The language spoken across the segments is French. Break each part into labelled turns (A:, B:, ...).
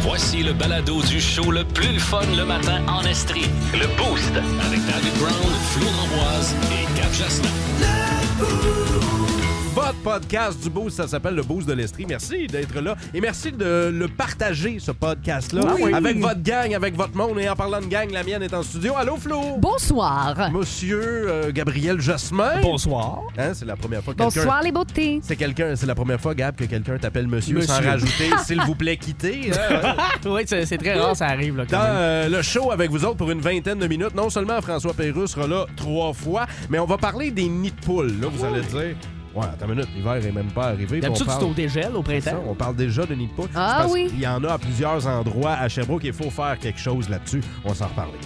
A: Voici le balado du show le plus le fun le matin en Estrie. Le Boost avec David Brown, Florent Amboise et Gab Jasmin.
B: Votre podcast du Boost, ça s'appelle le Boost de l'Estrie. Merci d'être là et merci de le partager, ce podcast-là,
C: Oui.
B: avec votre gang, avec votre monde. Et en parlant de gang, la mienne est en studio. Allô, Flo?
C: Bonsoir.
B: Monsieur euh, Gabriel Jasmin.
D: Bonsoir.
B: Hein, c'est la première fois que quelqu'un...
C: Bonsoir les beautés.
B: C'est quelqu'un, c'est la première fois, Gab, que quelqu'un t'appelle monsieur, sans
D: Monsieur.
B: rajouter « s'il vous plaît, quittez hein.
D: oui, c'est c'est très rare, ça arrive. Là, quand
B: Dans
D: même.
B: euh, le show avec vous autres pour une vingtaine de minutes, non seulement François Pérusse sera là trois fois, mais on va parler des nids de poules. Là, vous allez dire... Ouais, attends une minute, l'hiver est même pas arrivé. puis on
D: D'habitude,
B: parle-
D: c'est au dégel au
B: Ça,
D: printemps.
B: on parle déjà de nid de poule. C'est
C: Ah
B: parce
C: oui.
B: qu'il y en a à plusieurs endroits à Sherbrooke et il faut faire quelque chose là-dessus. On s'en reparler.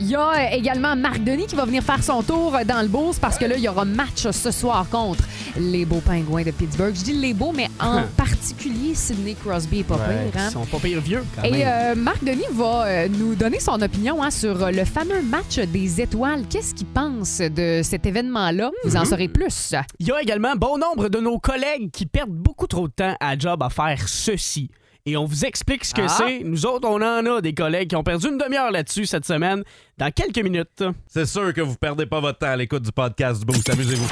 C: Il y a euh, également Marc Denis qui va venir faire son tour euh, dans le Beauce parce que là, il y aura match euh, ce soir contre les beaux pingouins de Pittsburgh. Je dis les beaux, mais en particulier Sidney Crosby et pas
B: Ouais,
C: pire, hein?
D: Ils sont pas pire vieux quand
C: Et
D: même.
C: euh, Marc Denis va euh, nous donner son opinion hein, sur euh, le fameux match des étoiles. Qu'est-ce qu'il pense de cet événement-là? Vous en saurez plus.
D: Il y a également bon nombre de nos collègues qui perdent beaucoup trop de temps à job à faire ceci. Et on vous explique ce que
C: Ah.
D: c'est. Nous autres, on en a des collègues qui ont perdu une demi-heure là-dessus cette semaine, dans quelques minutes.
B: C'est sûr que vous perdez pas votre temps à l'écoute du podcast du Boost. Amusez-vous.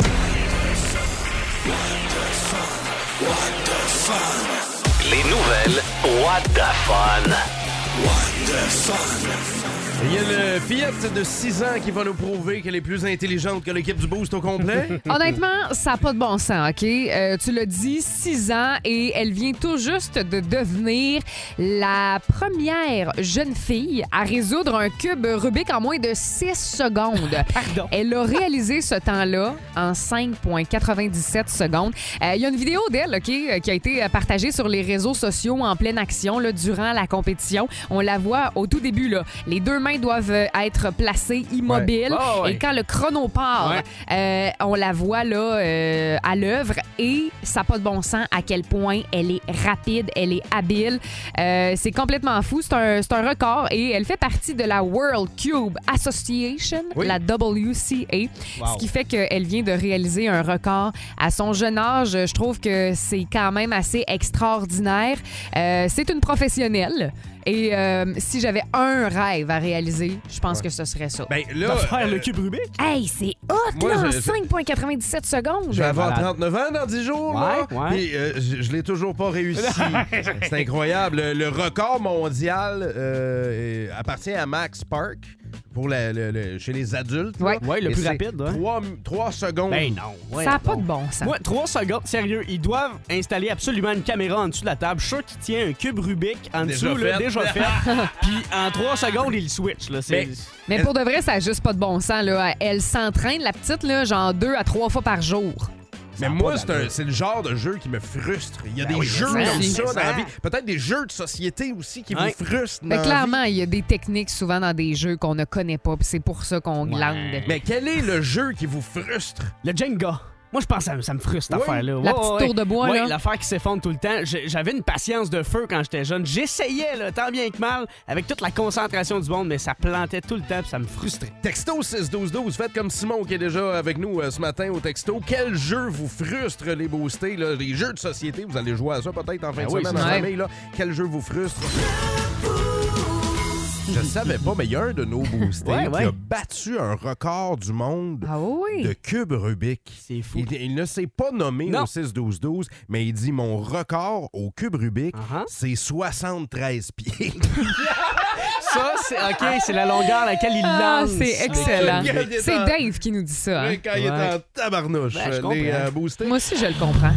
A: Les nouvelles What the Fun.
B: Il y a le fillette de 6 ans qui va nous prouver qu'elle est plus intelligente que l'équipe du Boost au complet.
C: Honnêtement, ça n'a pas de bon sens, OK? Euh, tu l'as dit, 6 ans, et elle vient tout juste de devenir la première jeune fille à résoudre un cube Rubik en moins de 6 secondes.
D: Pardon.
C: Elle a réalisé ce temps-là en 5,97 secondes. Euh, Il y a une vidéo d'elle OK, euh, qui a été euh, partagée sur les réseaux sociaux en pleine action là, durant la compétition. On la voit au tout début. Là. Les deux mains doivent euh, être placées immobiles.
D: Ah ouais.
C: Et quand le chrono part,
D: Ouais.
C: euh, on la voit là euh, à l'œuvre et ça n'a pas de bon sens à quel point elle est rapide, elle est habile. Euh, c'est complètement fou. C'est un, c'est un record et elle fait partie de la World Cube Association,
B: Oui.
C: la WCA, ce qui fait qu'elle vient de réaliser un record à son jeune âge. Je trouve que c'est quand même assez extraordinaire. Euh, c'est une professionnelle et euh, si j'avais un rêve à réaliser, je pense que ce serait ça.
B: ben là,
D: À faire le
B: euh,
D: cube Rubik?
C: Hey, c'est hot,
B: Moi,
C: là,
B: je-
C: en
B: je-
C: 5,97 secondes.
B: je vais avoir
D: malade.
B: 39 ans dans 10 jours. là.
D: Ouais, ouais.
B: Puis, euh, je, je l'ai toujours pas réussi. C'est incroyable. Le, le record mondial euh, est- appartient à Max Park pour la- le- le- chez les adultes.
C: Ouais.
D: Ouais, le
B: Et
D: plus
B: c'est
D: rapide. hein.
B: 3, secondes.
D: Ben non. ouais,
C: Ça n'a pas
D: non.
C: de bon sens.
D: Moi, trois secondes, sérieux, ils doivent installer absolument une caméra en dessous de la table. Je suis sûr qu'il tient un cube Rubik en
B: Déjà
D: dessous, là,
B: fait.
D: déjà fait. Puis en trois secondes, il le switch. Là, c'est...
B: Mais-
C: Mais pour de vrai, ça n'a juste pas de bon sens. Là. Elle s'entraîne, la petite, là, genre deux à trois fois par jour.
B: Mais
D: Ça a
B: moi,
D: pas Ben
B: c'est un- c'est le genre de jeu qui me frustre. Il y a des
D: oui,
B: jeux
C: c'est ça.
B: comme ça
D: C'est
B: dans la
D: ça.
B: vie. Peut-être des jeux de société aussi qui
D: Ouais.
B: vous frustrent.
C: Mais
B: dans la vie.
C: clairement, il y a des techniques souvent dans des jeux qu'on ne connaît pas, puis c'est pour ça qu'on glande.
B: Mais quel est le jeu qui vous frustre?
D: Le Jenga. Moi, je pense que ça me- ça me frustre,
B: Oui.
D: cette affaire-là.
C: La petite tour de bois,
D: Ouais,
C: là.
D: l'affaire qui s'effondre tout le temps. J'ai- J'avais une patience de feu quand j'étais jeune. J'essayais, là, tant bien que mal, avec toute la concentration du monde, mais ça plantait tout le temps, puis ça me frustrait.
B: Texto 6-12-12, faites comme Simon qui est déjà avec nous euh, ce matin au texto. Quel jeu vous frustre, les boostés? Là? Les jeux de société, vous allez jouer à ça peut-être en fin
D: Ben
B: de
D: oui,
B: semaine
C: c'est
B: en
C: vrai.
B: famille. Là. Quel jeu vous frustre? Je savais pas, mais il y a un de nos boostés
D: Ouais,
B: qui a
D: ouais.
B: battu un record du monde
C: Ah
B: de
C: oui?
B: cube Rubik.
D: C'est fou.
B: Il, il ne s'est pas nommé
D: Non.
B: au 6-12-12, mais il dit mon record au cube Rubik,
D: Uh-huh.
B: c'est 73 pieds.
D: Ça, c'est OK, c'est la longueur à laquelle il
C: Ah,
D: lance.
C: c'est excellent.
B: Le gars, il est
C: C'est
B: en-
C: Dave qui nous dit ça. hein.
B: Quand il est en tabarnouche,
D: Ben,
B: euh,
D: je
B: les
D: comprends.
B: euh, boostés.
C: Moi aussi, je le comprends.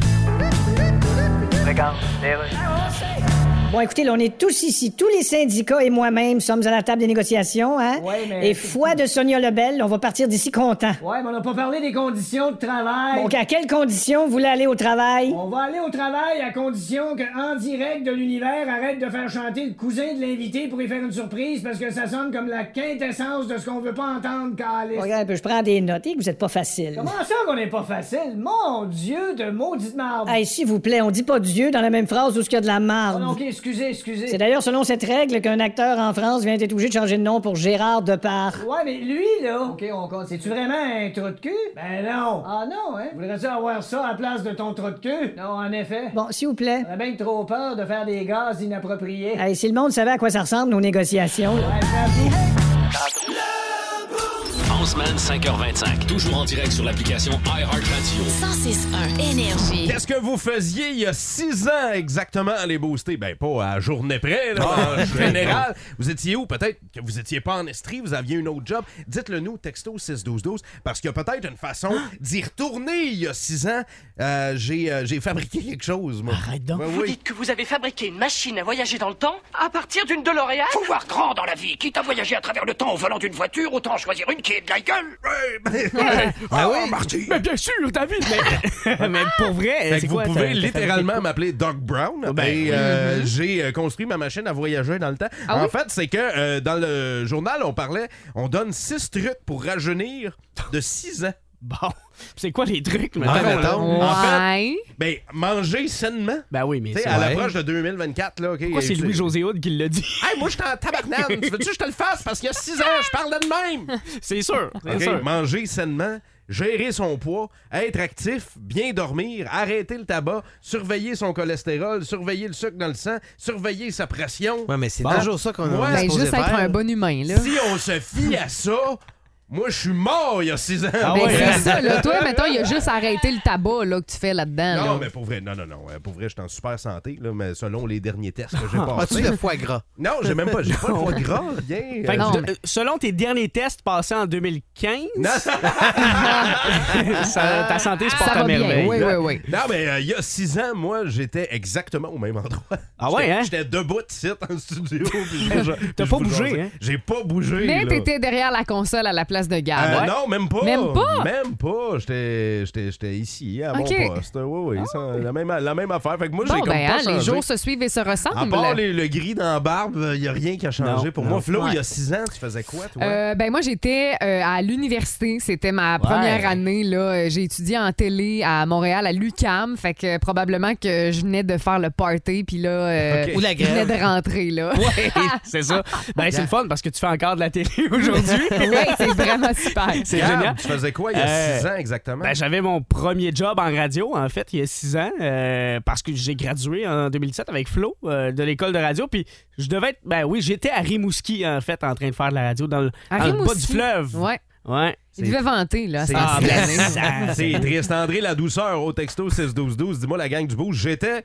E: Bon, écoutez, là, on est tous ici, tous les syndicats et moi-même sommes à la table des négociations, hein?
F: Ouais, mais-
E: Et foi de Sonia Lebel, on va partir d'ici content.
F: Ouais, mais on n'a pas parlé des conditions de travail.
E: Donc, à quelles conditions vous voulez aller au travail?
F: On va aller au travail à condition que en direct de l'univers arrête de faire chanter le cousin de l'invité pour y faire une surprise parce que ça sonne comme la quintessence de ce qu'on veut pas entendre, Calis.
E: Regarde, un peu, je prends des notes et que vous êtes pas facile.
F: Comment ça qu'on n'est pas facile? Mon Dieu de maudite marde!
E: Hey, s'il vous plaît, on dit pas Dieu dans la même phrase où ce qu'il y a de la marde.
F: Bon, Ah ok, excusez, excusez.
E: C'est d'ailleurs selon cette règle qu'un acteur en France vient être obligé de changer de nom pour Gérard Depart.
F: Ouais, mais lui, là. OK, on compte. C'est-tu vraiment un trou de cul? Ben non. Ah non, hein? Voudrais-tu avoir ça à la place de ton trou de cul? Non, en effet.
E: Bon, s'il vous plaît.
F: On a bien trop peur de faire des gaz inappropriés.
E: Hey, si le monde savait à quoi ça ressemble, nos négociations. là.
F: Ouais, j'avoue.
A: En semaine, 5h25. Toujours en direct sur l'application iHeartRadio.
G: 106.1 Énergie.
B: Qu'est-ce que vous faisiez il y a six ans exactement, les boostés? Ben, pas à journée près, là,
D: Ah.
B: en général. Vous étiez où? Peut-être que vous étiez pas en Estrie, vous aviez une autre job. Dites-le nous, texto 61212, parce qu'il y a peut-être une façon d'y retourner il y a six ans. Euh, j'ai, euh, j'ai fabriqué quelque chose, moi.
D: Arrête donc.
B: Ben
H: Vous
B: oui.
H: dites que vous avez fabriqué une machine à voyager dans le temps à partir d'une DeLorean
I: Faut voir grand dans la vie. Quitte à voyager à travers le temps au volant d'une voiture, autant choisir une qui est de la gueule.
B: Ah oui?
I: Oh, Marty.
D: Mais bien sûr, David, mais, mais pour vrai,
B: Fait
D: c'est
B: que vous
D: quoi, t'as-
B: pouvez
D: t'as
B: littéralement m'appeler Doc Brown.
D: ben
B: et euh, j'ai euh, construit ma machine à voyager dans le temps.
C: Ah
B: en
C: oui?
B: fait, c'est que euh, dans le journal, on parlait, on donne six trucs pour rajeunir de six ans.
D: Bon, c'est quoi les trucs,
B: Ah,
D: mettons, là?
B: mettons. En fait,
C: Ouais.
B: ben, manger sainement.
D: Ben oui, mais
B: Tu sais,
D: c'est
B: à
D: Ouais.
B: l'approche de 2024, là, OK.
D: Pourquoi c'est
B: tu-
D: Louis-José Hood qui l'a dit?
B: Hey, moi, je suis en tabarnane. tu veux-tu que je te le fasse? Parce qu'il y a
D: Ah!
B: six ans, je parle de même.
D: C'est sûr, c'est
B: OK,
D: sûr.
B: Manger sainement, gérer son poids, être actif, bien dormir, arrêter le tabac, surveiller son cholestérol, surveiller le sucre dans le sang, surveiller sa pression.
J: Ouais, mais c'est
B: Bon.
J: toujours ça qu'on
B: Ouais.
J: on est
B: Ben,
C: Ben,
J: supposé
C: juste être
J: faire.
C: un bon humain, là.
B: Si on se fie à ça, moi, je suis mort il y a six ans.
D: Ah
C: Ben,
D: ouais, hein?
C: c'est ça, là. Toi, maintenant, il a juste arrêté le tabac, là, que tu fais là-dedans.
B: Non,
C: là.
B: mais pour vrai, non, non, non. euh, Pour vrai, je suis en super santé, là, mais selon les derniers tests que j'ai
J: Ah, As-tu
B: passés.
J: le foie gras?
B: Non, j'ai même pas, j'ai pas le foie gras, rien.
D: Fait que
B: Euh,
C: Non,
D: de-
C: mais-
D: euh, Selon tes derniers tests passés en 2015,
B: non,
D: ça- ta santé se porte
C: Ça
D: à
C: va bien.
D: merveille.
C: Oui, oui, oui.
B: Non, mais euh, il y a six ans, moi, j'étais exactement au même endroit.
D: Ah ouais,
B: J'étais-
D: hein?
B: J'étais debout de site en studio. puis je- je-
D: T'as
B: je
D: pas
B: vous
D: bougé,
B: jasais.
D: hein?
B: J'ai pas bougé.
C: Mais
B: là.
C: t'étais derrière la console à la place de Gab.
B: Euh,
C: Ouais.
B: Non, même pas.
C: Même pas?
B: Même pas. J'étais- J'étais j'étais ici, à
C: Ok.
B: mon poste. Oui, oui. ça- la, même, la même affaire. Fait que moi, j'ai
C: Bon,
B: comme
C: ben,
B: pas
C: hein, les
B: changé.
C: jours se suivent et se
B: À
C: ressemblent.
B: part les- le gris dans la barbe, il n'y a rien qui a changé
D: Non,
B: pour
D: non.
B: moi. Flo, il y
C: Ouais.
B: a six ans, tu faisais quoi, toi?
C: Euh, ben moi j'étais euh, à l'université, c'était ma première année là, Euh, j'ai étudié en télé à Montréal à l'UCAM, fait que euh, probablement que je venais de faire le party puis là euh,
J: Ou la
C: je venais
J: grève.
C: de rentrer là.
D: Ouais, c'est ça. Ben, c'est le fun parce que tu fais encore de la télé aujourd'hui.
C: ouais, c'est vraiment super.
D: C'est
B: Gab,
D: génial.
B: Tu faisais quoi il y a
D: Euh,
B: six ans exactement?
D: Ben, j'avais mon premier job en radio, en fait, il y a six ans, euh, parce que j'ai gradué en 2007 avec Flo euh, de l'école de radio. Puis je devais être. Ben oui, j'étais à Rimouski, en fait, en train de faire de la radio dans le,
C: À
D: dans le bas du
C: Rimouski.
D: fleuve.
C: Ah, Ouais,
D: Ouais.
C: il devait vanter là,
D: C'est-
C: ça.
D: Ah, ben, ça-
B: C'est triste. André, la douceur au texto 6-12-12. Dis-moi, la gang du beau, j'étais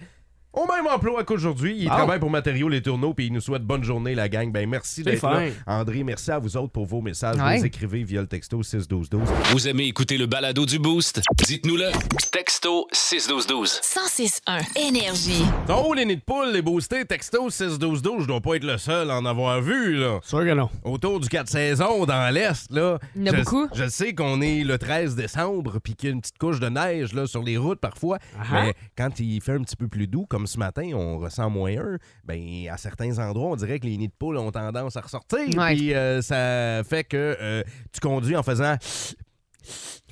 B: au même emploi qu'aujourd'hui. Il
D: Bon.
B: travaille pour Matériaux Les Tourneaux, puis il nous souhaite bonne journée, la gang. Ben, merci d'être
D: fin.
B: là. André, merci à vous autres pour vos messages. Vous
C: Ouais.
B: les écrivez via le texto 6-12-12.
A: Vous aimez écouter le balado du Boost? Dites-nous-le. Texto 61212.
G: 106.1 Énergie.
B: Oh, les nids de poule, les boostés, texto 6-12-12. Je dois pas être le seul à en avoir vu, là.
D: Sûr que non.
B: Autour du 4 saisons dans l'Est, là.
C: Il y en a
B: je,
C: beaucoup.
B: Je sais qu'on est le 13 décembre, puis qu'il y a une petite couche de neige là, sur les routes parfois.
D: Ah-ha.
B: Mais quand il fait un petit peu plus doux, comme ce matin, on ressent moins un. Ben, à certains endroits, on dirait que les nids de poules ont tendance à ressortir.
C: Ouais.
B: Puis euh, ça fait que euh, tu conduis en faisant.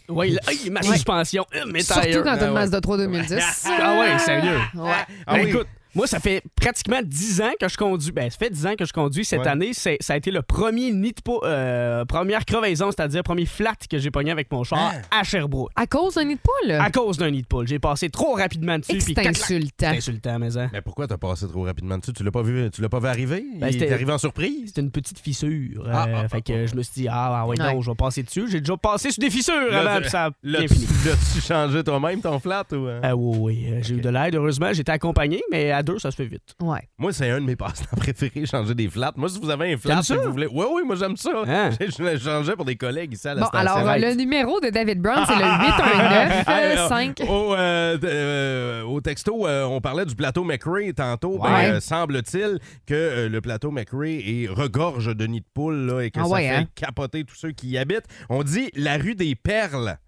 D: Oui, là, aïe, ma suspension. euh, mes
C: Surtout
D: tailleurs.
C: quand t'as
B: Ah,
C: une Mazda 3 2010.
D: Ah ouais, sérieux.
C: Ouais.
B: Ah
D: Ben,
B: oui.
D: Écoute, moi, ça fait pratiquement 10 ans que je conduis. Ben, ça fait 10 ans que je conduis. Cette
B: Ouais.
D: année, c'est- ça a été le premier nid de peau, euh, première crevaison, c'est-à-dire premier flat que j'ai pogné avec mon char
B: Ah.
D: à Sherbrooke.
C: À cause d'un nid de poule.
D: À cause d'un nid de poule. J'ai passé trop rapidement dessus.
C: Et que
D: puis
C: c'est
D: clac, clac,
C: insultant.
D: C'est insultant, mais hein.
B: Mais pourquoi t'as passé trop rapidement dessus? Tu l'as pas vu, tu l'as pas vu arriver?
D: Ben,
B: il
D: c'était-
B: est arrivé en surprise?
D: C'est une petite fissure.
B: Ah,
D: Euh,
B: ah, ah,
D: fait que je me suis dit, ah, ouais,
C: Ouais.
D: non, je vais passer dessus. J'ai déjà passé sur des fissures
B: Là,
D: avant,
B: tu-
D: puis ça a bien
B: L'as-tu
D: fini.
B: l'as-tu changé toi-même ton flat ou. euh?
D: Ah oui, oui. euh, J'ai eu de l'aide, heureusement. J'étais accompagné, mais à deux, ça se fait vite.
C: Ouais.
B: Moi, c'est un de mes passe-temps préférés, changer des flats. Moi, si vous avez un flat,
D: T'aimes
B: si
D: ça?
B: vous voulez. Oui, oui, moi, j'aime ça.
D: Hein?
B: Je, je le changeais pour des collègues ici à la
C: Bon,
B: station.
C: alors euh, le numéro de David Brown, c'est le 819 euh,
B: Alors,
C: 5
B: Au, euh, euh, au texto, euh, on parlait du plateau McRae tantôt. Ben,
C: Ouais.
B: euh, semble-t-il que euh, le plateau McRae est regorge de nids de poules là, et que
C: Ah
B: ça
C: ouais,
B: fait
C: hein?
B: capoter tous ceux qui y habitent. On dit la rue des perles.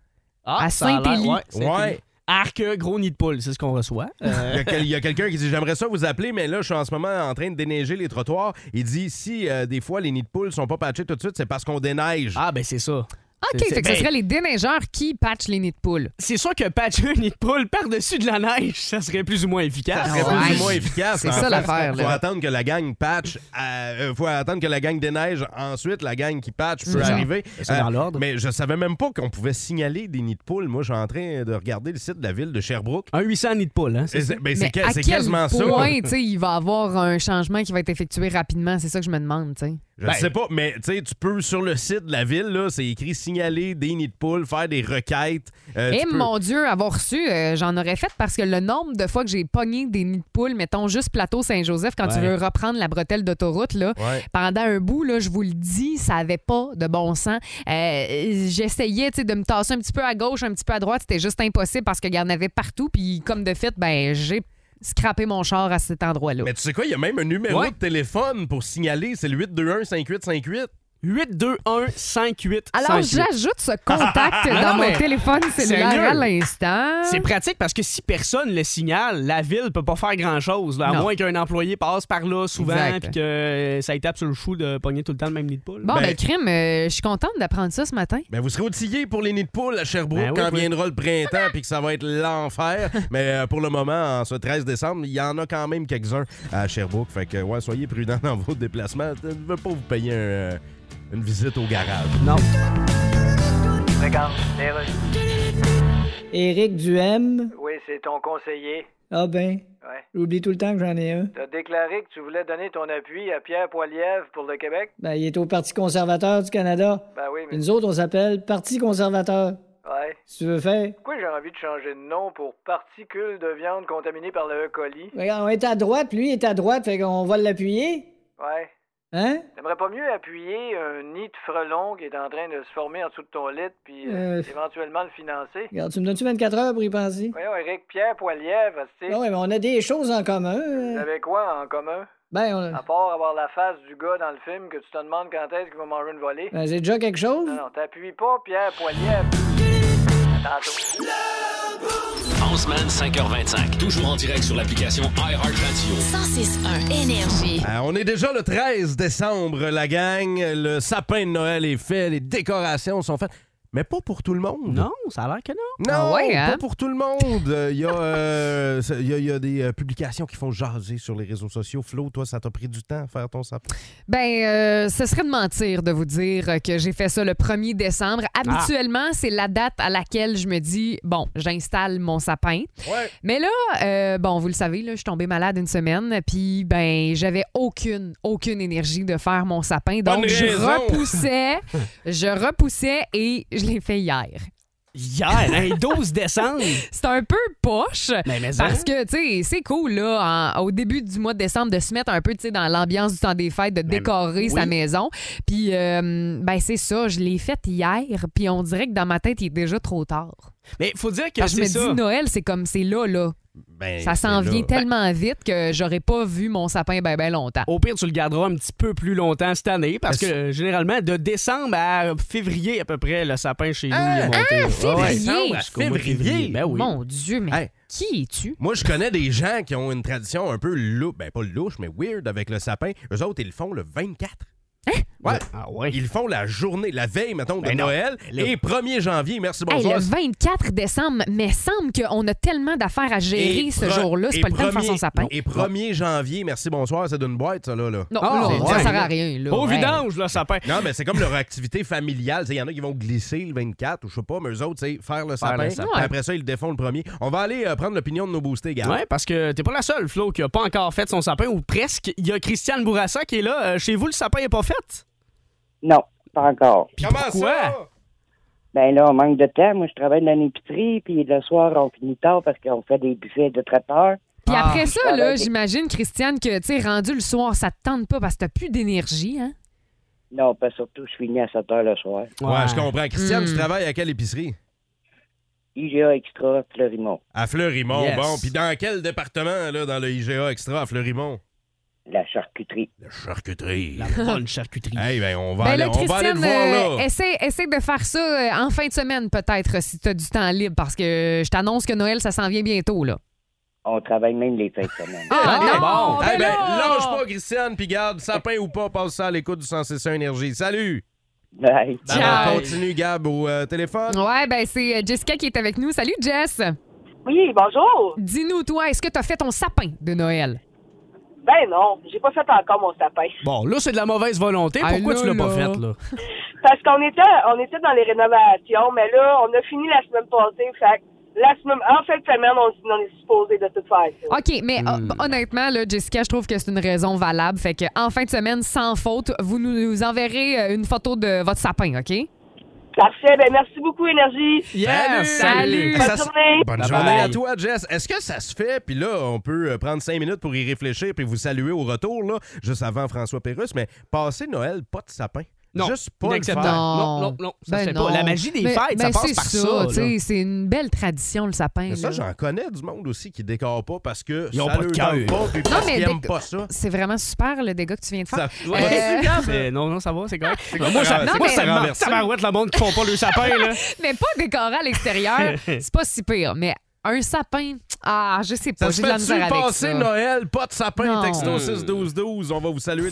D: Ah,
C: À
D: ça a l'air-
C: Saint-Élie.
D: ouais, Saint-Élie.
B: Ouais.
D: Arc, euh, gros nid de poule, c'est ce qu'on reçoit. Euh,
B: Il y a quel- il y a quelqu'un qui dit J'aimerais ça vous appeler, mais là, je suis en ce moment en train de déneiger les trottoirs. Il dit Si euh, des fois les nids de poules sont pas patchés tout de suite, c'est parce qu'on déneige.
D: ah, ben c'est ça.
C: OK,
D: C'est-
C: fait que ce
D: ben,
C: serait les déneigeurs qui patchent les nids de poule.
D: C'est sûr que patcher une nid de poule par-dessus de la neige, ça serait plus ou moins efficace.
B: Ça serait plus
C: Ah, Ouais.
B: ou moins efficace.
C: C'est
B: en
C: ça,
B: fait.
C: l'affaire,
B: Faut
C: là.
B: attendre que la gang patch. euh, euh, faut attendre que la gang déneige. Ensuite, la gang qui patch peut
C: C'est ça.
B: arriver. Euh,
D: C'est dans l'ordre.
B: Mais je savais même pas qu'on pouvait signaler des nids de poules. Moi, je suis en train de regarder le site de la ville de Sherbrooke.
D: Un 800 nid de poule, hein? c'est
B: Et
D: ça?
B: C'est ben, c'est
C: Ah, Mais
B: que-
C: à
B: c'est
C: quel
B: quasiment ça.
C: point, tu sais, il va y avoir un changement qui va être effectué rapidement? C'est ça que je me demande, tu sais.
B: Je sais pas, mais tu sais, tu peux sur le site de la ville, là, c'est écrit signaler des nids de poules, faire des requêtes. Euh,
C: Eh
B: tu peux-
C: mon Dieu, avoir reçu, euh, j'en aurais fait parce que le nombre de fois que j'ai pogné des nids de poules, mettons juste plateau Saint-Joseph, quand tu
D: Ouais.
C: veux reprendre la bretelle d'autoroute, là,
B: Ouais.
C: pendant un bout, là, je vous le dis, ça avait pas de bon sens. Euh, J'essayais tu sais, de me tasser un petit peu à gauche, un petit peu à droite, c'était juste impossible parce qu'il y en avait partout. Puis comme de fait, ben j'ai scrappé mon char à cet endroit-là.
B: Mais tu sais quoi, il y a même un numéro
D: Ouais.
B: de téléphone pour signaler, c'est le 821-5858.
D: 821-5858.
C: Alors j'ajoute ce contact dans
D: Ah, non,
C: mon
D: mais
C: téléphone cellulaire
D: sérieux?
C: à l'instant.
D: C'est pratique parce que si personne le signale, la ville peut pas faire grand-chose, là, à
C: Non.
D: moins qu'un employé passe par là souvent
C: Exact.
D: puis que euh, ça ait tapé sur le chou de pogner tout le temps le même nid de poule.
C: Bon,
B: Ben-
C: ben, crime, euh, je suis contente d'apprendre ça ce matin.
B: Ben, vous serez outillés pour les nids de poules à Sherbrooke
D: Ben oui,
B: quand
D: oui.
B: viendra le printemps puis que ça va être l'enfer. Mais euh, pour le moment, en ce 13 décembre, il y en a quand même quelques-uns à Sherbrooke. Fait que, ouais, soyez prudents dans vos déplacements. Je ne veux pas vous payer un, euh, une visite au garage.
D: Non.
E: Éric Duhem?
F: Oui, c'est ton conseiller.
E: Ah ben,
F: Ouais.
E: j'oublie tout le temps que j'en ai un.
F: T'as déclaré que tu voulais donner ton appui à Pierre Poilievre pour le Québec?
E: Ben, il est au Parti conservateur du Canada.
F: Ben oui,
E: Puis nous autres, on s'appelle Parti conservateur.
F: Ouais.
E: Si tu veux faire...
F: Pourquoi j'ai envie de changer de nom pour particules de viande contaminées par le E. coli?
E: Regarde, on est à droite, lui il est à droite, fait qu'on va l'appuyer.
F: Ouais.
E: Hein?
F: T'aimerais pas mieux appuyer un nid de frelon qui est en train de se former en dessous de ton lit, puis euh,
E: Euh.
F: éventuellement le financer?
E: Regarde, tu me donnes-tu 24 heures pour y penser?
F: Voyons, Eric Pierre Poilievre, tu
E: Non,
F: sais,
E: Ah ouais, mais on a des choses en commun. euh.
F: t'avais quoi en commun?
E: Ben, on
F: À
E: a...
F: part avoir la face du gars dans le film que tu te demandes quand est-ce qu'il va manger une volée?
E: ben, c'est déjà quelque chose.
F: Non, non, t'appuies pas Pierre Poilievre. À tantôt.
A: En semaine, 5h25. Toujours en direct sur l'application iHeartRadio.
G: 106.1 Énergie.
B: Euh, on est déjà le 13 décembre, la gang. Le sapin de Noël est fait, les décorations sont faites. Mais pas pour tout le monde.
D: Non, ça a l'air que non.
B: Non,
C: Ah ouais, hein?
B: pas pour tout le monde. Euh, Il y, a, euh, ça- il y a- il y a des euh, publications qui font jaser sur les réseaux sociaux. Flo, toi, ça t'a pris du temps à faire ton sapin.
C: Ben, euh, ce serait de mentir de vous dire que j'ai fait ça le 1er décembre.
B: Ah.
C: Habituellement, c'est la date à laquelle je me dis, bon, j'installe mon sapin.
B: Ouais.
C: Mais là, euh, bon, vous le savez, là, je suis tombée malade une semaine, puis ben, j'avais aucune, aucune énergie de faire mon sapin.
B: Bonne
C: Donc, je
B: raison.
C: repoussais, je repoussais et je l'ai fait hier.
D: Hier, hein, 12 décembre.
C: C'est un peu poche.
D: Mais, mais
C: Parce que, tu sais, c'est cool, là, en- au début du mois de décembre, de se mettre un peu, tu sais, dans l'ambiance du temps des fêtes, de décorer sa maison. Puis, euh, ben, c'est ça, je l'ai faite hier, puis on dirait que dans ma tête, il est déjà trop tard.
D: mais faut dire que
C: Parce que je
D: c'est
C: me
D: ça.
C: dis, Noël, c'est comme, c'est là, là.
B: Ben,
C: ça
B: c'est
C: s'en
B: là.
C: vient tellement vite que j'aurais pas vu mon sapin ben, ben longtemps.
D: Au pire, tu le garderas un petit peu plus longtemps cette année parce que euh, généralement, de décembre à février à peu près, le sapin chez nous il est monté.
C: février!
D: Oh, Ouais, ouais. Jusqu'au mois de février, Ben oui.
C: Mon Dieu, mais
B: Hey.
C: qui es-tu?
B: Moi, je connais des gens qui ont une tradition un peu louche, ben pas louche, mais weird avec le sapin. Eux autres, ils le font le 24.
C: Hein?
B: Ouais.
D: Ah ouais.
B: Ils le font la journée, la veille, mettons, de
D: Ben non.
B: Noël
D: Le-
B: et 1er janvier. Merci,
C: Hey,
B: bonsoir.
C: le 24 décembre, mais semble qu'on a tellement d'affaires à gérer
B: Et
C: ce
B: pre-
C: jour-là. C'est
B: et
C: pas le temps de faire
B: premier-
C: son sapin.
B: Et 1er janvier, merci, bonsoir, c'est d'une boîte, ça, là. là.
C: Non, là,
D: Ah, ouais.
C: ça sert à rien. Là.
D: Au
C: Ouais.
D: vidange, le sapin.
B: Non, mais c'est comme leur activité familiale. Tu sais, Il y en a qui vont glisser le 24 ou je sais pas, mais eux autres, c'est faire le sapin.
D: le
C: sapin.
B: puis Après ça, ils le défont le premier. On va aller euh, prendre l'opinion de nos boostés, gars.
D: Ouais, parce que t'es pas la seule, Flo, qui a pas encore fait son sapin ou presque. Il y a Christiane Bourassa qui est là. Euh, chez vous, le sapin est pas fait?
J: Non, pas encore.
B: Comment
D: pourquoi?
B: ça?
J: Ben là, on manque de temps. Moi, je travaille dans l'épicerie, puis le soir, on finit tard parce qu'on fait des buffets de traiteurs.
C: Puis
D: Ah.
C: après ça,
J: Ah,
C: là,
J: ben, ok.
C: j'imagine, Christiane, que, tu sais, rendu le soir, ça te tente pas parce que t'as plus d'énergie, hein?
J: Non, pas surtout, je finis à 7 heures le soir.
B: Ouais, je comprends. Christiane,
C: Hmm.
B: tu travailles à quelle épicerie?
J: IGA Extra Fleurimont,
B: À Fleurimont.
D: Yes.
B: Bon, puis dans quel département, là, dans le IGA Extra à Fleurimont?
J: la charcuterie.
B: La charcuterie.
D: La bonne charcuterie.
B: Hey, ben, on va,
C: Ben
B: aller,
C: là,
B: on va aller
C: Christiane,
B: te voir,
C: euh,
B: là.
C: essaie, essaie de faire ça euh, en fin de semaine, peut-être, si t'as du temps libre, parce que euh, je t'annonce que Noël, ça s'en vient bientôt, là.
J: On travaille même les fins de semaine.
C: Ah,
D: allez,
C: non,
D: bon.
C: ben
B: Eh ben,
C: là!
B: lâche pas, Christiane, puis garde, sapin ou pas, passe ça à l'écoute du 161 Énergie. Salut!
J: Bye.
B: Ben,
C: Ciao.
B: on continue, Gab, au euh, téléphone.
C: Ouais, ben c'est euh, Jessica qui est avec nous. Salut, Jess.
K: Oui, bonjour.
C: Dis-nous, toi, est-ce que t'as fait ton sapin de Noël?
K: Ben non, j'ai pas fait encore mon sapin.
D: Bon, là, c'est de la mauvaise volonté.
C: Ah,
D: Pourquoi
C: là,
D: tu l'as pas
C: là.
D: faite, là?
K: Parce qu'on était, on était dans les rénovations, mais là, on a fini la semaine passée. Fait que la semaine, en fin de semaine, on, s- on est supposé de tout faire. ça.
C: OK, mais
D: Hmm.
C: euh, honnêtement, là, Jessica, je trouve que c'est une raison valable. Fait que en fin de semaine, sans faute, vous nous, nous enverrez euh, une photo de votre sapin, OK?
K: Parfait. Ben merci beaucoup, Énergie.
C: Salut!
B: Ça
K: Bonne
B: se-
K: journée.
B: Bonne
K: Bye
B: journée
K: bye.
B: à toi, Jess. Est-ce que ça se fait? Puis là, on peut euh, prendre cinq minutes pour y réfléchir puis vous saluer au retour, là, juste avant François Pérusse, mais passer Noël, pas de sapin. Juste pas le faire.
D: inacceptable. Non, non, non, ça se fait pas. La magie des fêtes, ça passe
C: ben, c'est
D: par ça, là.
C: tu sais, C'est une belle tradition, le sapin.
B: Mais ça,
C: là.
B: j'en connais du monde aussi qui décore pas parce que
D: Ils ont
B: ça
D: pas de
B: leur tente
D: cœur.
B: pas puis
D: Non,
B: parce
D: mais
B: qu'ils aiment
D: des-
B: pas ça.
C: C'est vraiment super, le dégât que tu viens de faire.
B: Ça- Ouais,
C: Euh,
D: C'est- Non, non, ça va, c'est correct.
B: correct.
D: moi, ça,
B: Non,
D: moi,
B: mais-
D: ça me manque.
B: renversé.
D: Tabarouette, le monde qui font pas le sapin, là.
C: mais pas décorer à l'extérieur, c'est pas si pire. Mais un sapin, ah, je sais pas,
B: Ça se
C: j'ai de la misère
B: fait-tu
C: avec
B: passer
C: ça.
B: Noël, pas de sapin,
C: Non.
B: texto 6-12-12, on va vous saluer.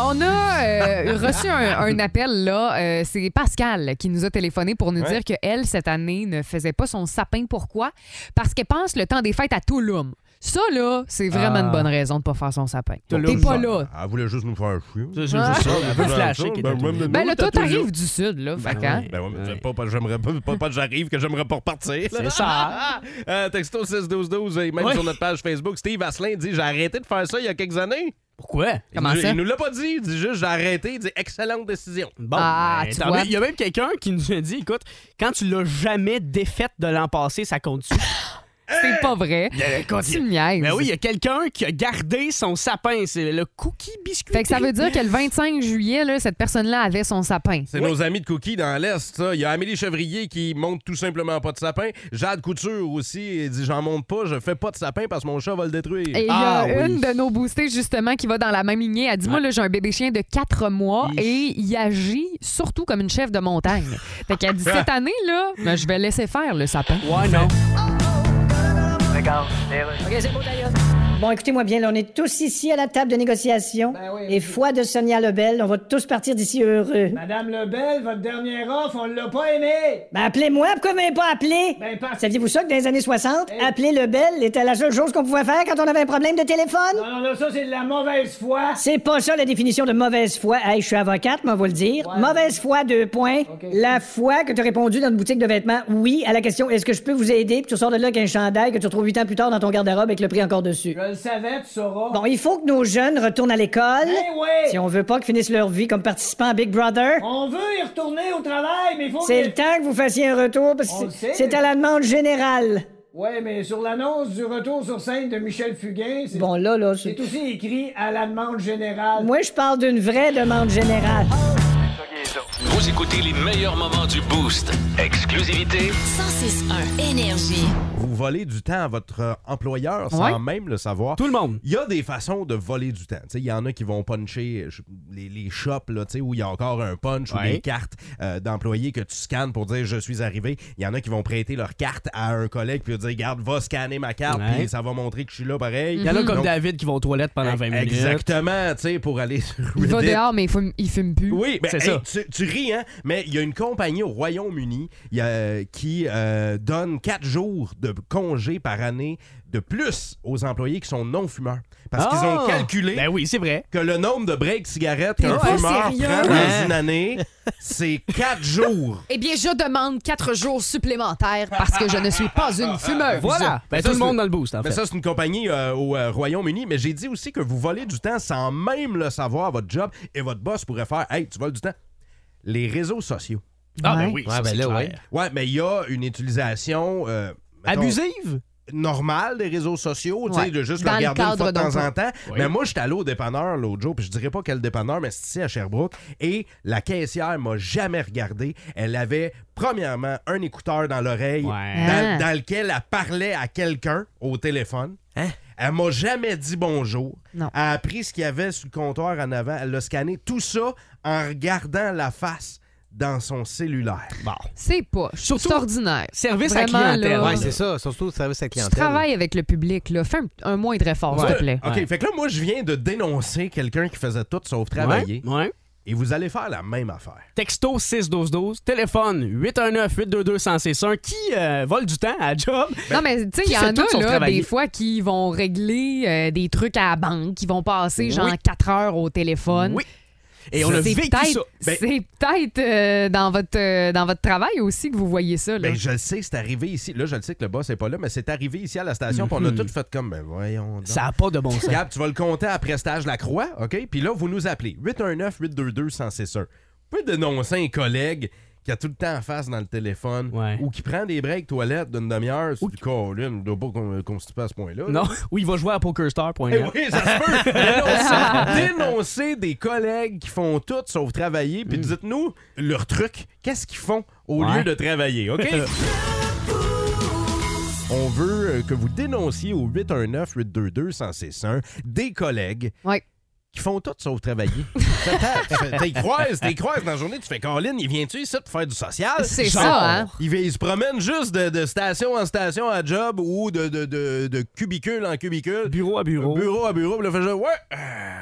C: On a euh, reçu un, un appel là. Euh, c'est Pascal qui nous a téléphoné pour nous
L: Ouais.
C: dire que elle cette année ne faisait pas son sapin. Pourquoi Parce qu'elle pense le temps des fêtes à Touloum. Ça là, c'est vraiment
B: Ah.
C: une bonne raison de pas faire son sapin.
B: Touloum.
C: T'es pas là.
B: Ah, Elle voulait juste nous faire chier.
D: C'est
C: juste Ah. ça,
D: elle veut flasher qu'elle était
B: ouais, mais
C: Ben
B: nous,
C: là, toi,
B: t'as
C: t'arrives
B: toujours-
C: du sud là, fait
B: Ben,
C: qu'en-
B: oui, ben ouais, mais c'est pas, pas- j'aimerais pas, pas- pas que j'arrive que j'aimerais pas repartir.
D: C'est ça.
B: Euh, texto 6-12-12 et même
D: Ouais.
B: sur notre page Facebook, Steve Asselin dit J'ai arrêté de faire ça il y a quelques années.
D: Pourquoi?
B: Il nous- Il nous l'a pas dit, il dit juste J'ai arrêté, il dit Excellente décision.
D: Bon,
C: Ah,
D: ben, tant mieux. Il y a même quelqu'un qui nous a dit, écoute, quand tu l'as jamais défaite de l'an passé, ça compte dessus.
C: C'est pas vrai. Tu me niaises.
D: Ben oui, il y a quelqu'un qui a gardé son sapin. C'est le cookie biscuit.
C: Fait que ça veut dire que le 25 juillet, là, cette personne-là avait son sapin.
B: C'est nos amis de Cookie dans l'Est, ça. Il y a Amélie Chevrier qui monte tout simplement pas de sapin. Jade Couture aussi, elle dit J'en monte pas, je fais pas de sapin parce que mon chat va le détruire.
C: Et il y a
D: Ah
C: une de nos boostées, justement, qui va dans la même lignée. Elle dit Moi, là, j'ai un bébé chien de 4 mois et il agit surtout comme une chef de montagne. fait qu'elle dit Cette année, là, ben, je vais laisser faire le sapin.
D: Ouais, non.
E: Bon, écoutez-moi bien, là, on est tous ici à la table de négociation.
F: Ben
E: Et foi de Sonia Lebel, on va tous partir d'ici heureux.
F: Madame Lebel, votre dernière offre, on l'a pas Ben, aimé.
E: Ben, appelez-moi, pourquoi vous m'avez pas appelé? Saviez-vous ça que dans les années 60, appeler Lebel était la seule chose qu'on pouvait faire quand on avait un problème de téléphone?
F: Non, non, là, ça, c'est de la mauvaise foi.
E: C'est pas ça la définition de mauvaise foi. Hey, je suis avocate, moi, vous le dire. Mauvaise foi, deux points. La foi que tu as répondu dans une boutique de vêtements, oui, à la question est-ce que je peux vous aider, puis tu sors de là avec un chandail que tu retrouves huit ans plus tard dans ton garde-robe avec le prix encore dessus.
F: Je le savais, tu sauras.
E: Bon, il faut que nos jeunes retournent à l'école.
F: Ben ouais. Oh
E: Si on veut pas qu'ils finissent leur vie comme participants à Big Brother.
F: On veut y retourner au travail, mais il faut
E: C'est
F: que-
E: le temps que vous fassiez un retour parce
F: On le
E: que
F: sait.
E: c'est- c'est à la demande générale.
F: Ouais, mais sur l'annonce du retour sur scène de Michel Fugain, c'est.
E: Bon, là, là,
F: C'est aussi écrit à la demande générale.
E: Moi, je parle d'une vraie demande générale.
A: Vous écoutez les meilleurs moments du Boost. Exclusivité
G: 106.1 Énergie.
B: Vous volez du temps à votre euh, employeur sans
G: Ouais.
B: même le savoir. Tout
D: le monde.
B: Il y a des façons de voler du temps. Tu sais, Il y en a qui vont puncher euh, je- les, les shops là, tu sais, où il y a encore un punch ou
D: Ouais.
B: des cartes euh, d'employés que tu scannes pour dire je suis arrivé. Il y en a qui vont prêter leur carte à un collègue puis dire garde, va scanner ma carte
D: Ouais.
B: puis ça va montrer que je suis là pareil.
D: Il y en a comme
C: Mhm.
B: Donc,
D: David qui vont aux toilettes pendant 20 minutes.
B: Exactement, tu sais, pour aller sur
C: Il va
B: Reddit.
C: dehors, mais il fume, il fume plus.
B: Oui, ben, hey, Tu, tu ris, hein? Mais il y a une compagnie au Royaume-Uni il y a- qui euh, donne quatre jours de congé par année de plus aux employés qui sont non-fumeurs. Parce qu'ils
D: Ah!
B: ont calculé
D: Ben oui, c'est vrai.
B: que le nombre de breaks cigarettes
C: T'es
B: qu'un
C: pas
B: fumeur
C: sérieux?
B: prend dans
C: Hein?
B: une année, c'est quatre jours.
C: Eh bien, je demande quatre jours supplémentaires parce que je ne suis pas
D: Ah,
C: une
B: Mais
C: fumeuse.
D: Ben,
B: Ben, ça, c'est- Mais
C: fait.
B: ça, c'est une compagnie euh, au euh, Royaume-Uni. Mais j'ai dit aussi que vous volez du temps sans même le savoir à votre job et votre boss pourrait faire Hey, tu voles du temps. Les réseaux sociaux.
D: Ah, ben Ouais. oui, ça, c'est clair.
B: Ouais, mais il y a une utilisation. euh, mettons,
D: Abusive?
B: Normale des réseaux sociaux, tu sais,
D: Ouais.
B: de juste
D: Dans
B: le
D: le
B: regarder une
D: cadre
B: fois de temps
D: d'emploi.
B: en temps.
D: Oui.
B: Mais moi, j'étais allé au dépanneur l'autre jour, puis je dirais pas quel dépanneur, mais c'est ici à Sherbrooke. Et la caissière m'a jamais regardé. Elle avait, premièrement, un écouteur dans l'oreille
M: Ah.
D: Hein?
B: dans, dans lequel elle parlait à quelqu'un au téléphone. Elle m'a jamais dit bonjour. Elle a pris ce qu'il y avait sur le comptoir en avant. Elle l'a scanné. Tout ça en regardant la face dans son cellulaire.
C: C'est pas. C'est ordinaire.
D: Service
C: Vraiment, là,
N: Oui, c'est ça. Surtout service à
C: Tu
N: clientèle.
C: travailles avec le public, là. Fais un, un
D: Ah,
C: moindre effort, s'il te plaît.
B: OK, fait que là, moi, je viens de dénoncer quelqu'un qui faisait tout sauf travailler.
D: Ouais.
B: et vous allez faire la même affaire.
D: Texto 61212, téléphone 819-822-1061. Qui euh, vole du temps à la job?
C: non, mais tu sais, il
D: Qui
C: y en
D: fait tout son
C: a là,
D: travail?
C: des fois qui vont régler euh, des trucs à la banque, qui vont passer
D: Oui.
C: genre 4 heures au téléphone.
D: Oui. Et on a
C: C'est
D: vécu
C: peut-être-
D: ça. Ben-
C: c'est peut-être euh, dans, votre, euh, dans votre travail aussi que vous voyez ça. là.
B: Ben, je le sais, c'est arrivé ici. Là, je le sais que le boss n'est pas là, mais c'est arrivé ici à la station. puis on
D: Mhm.
B: a tout fait comme, ben voyons. donc.
D: Ça n'a pas de bon sens.
B: Gab, tu vas le compter après stage La Croix, OK? Puis là, vous nous appelez. 819-822-161. Vous pouvez dénoncer un collègue qui a tout le temps en face dans le téléphone ou qui prend des breaks toilettes d'une demi-heure. Ou qui... Colin, on doit pas qu'on- constiper à ce point-là. là.
D: Non, ou il va jouer à PokerStar.net.
B: Eh oui, ça se peut. Dénoncer, dénoncer des collègues qui font tout sauf travailler,
C: Mm.
B: puis dites-nous leur truc. Qu'est-ce qu'ils font au
A: Ouais.
B: lieu de travailler, OK?
C: Euh.
B: On veut euh, que vous dénonciez au 819-822-1061 des collègues qui font tout sauf travailler. T'es croises, t'es croises dans la journée, tu fais Colin, il vient-tu ici pour faire du social?
C: C'est
B: Genre,
C: ça, hein?
B: Il, va- il se promène juste de, de station en station à job ou de, de- de- de cubicule en cubicule.
D: Bureau à bureau.
B: Bureau à bureau, puis là, fait genre, ouais. euh,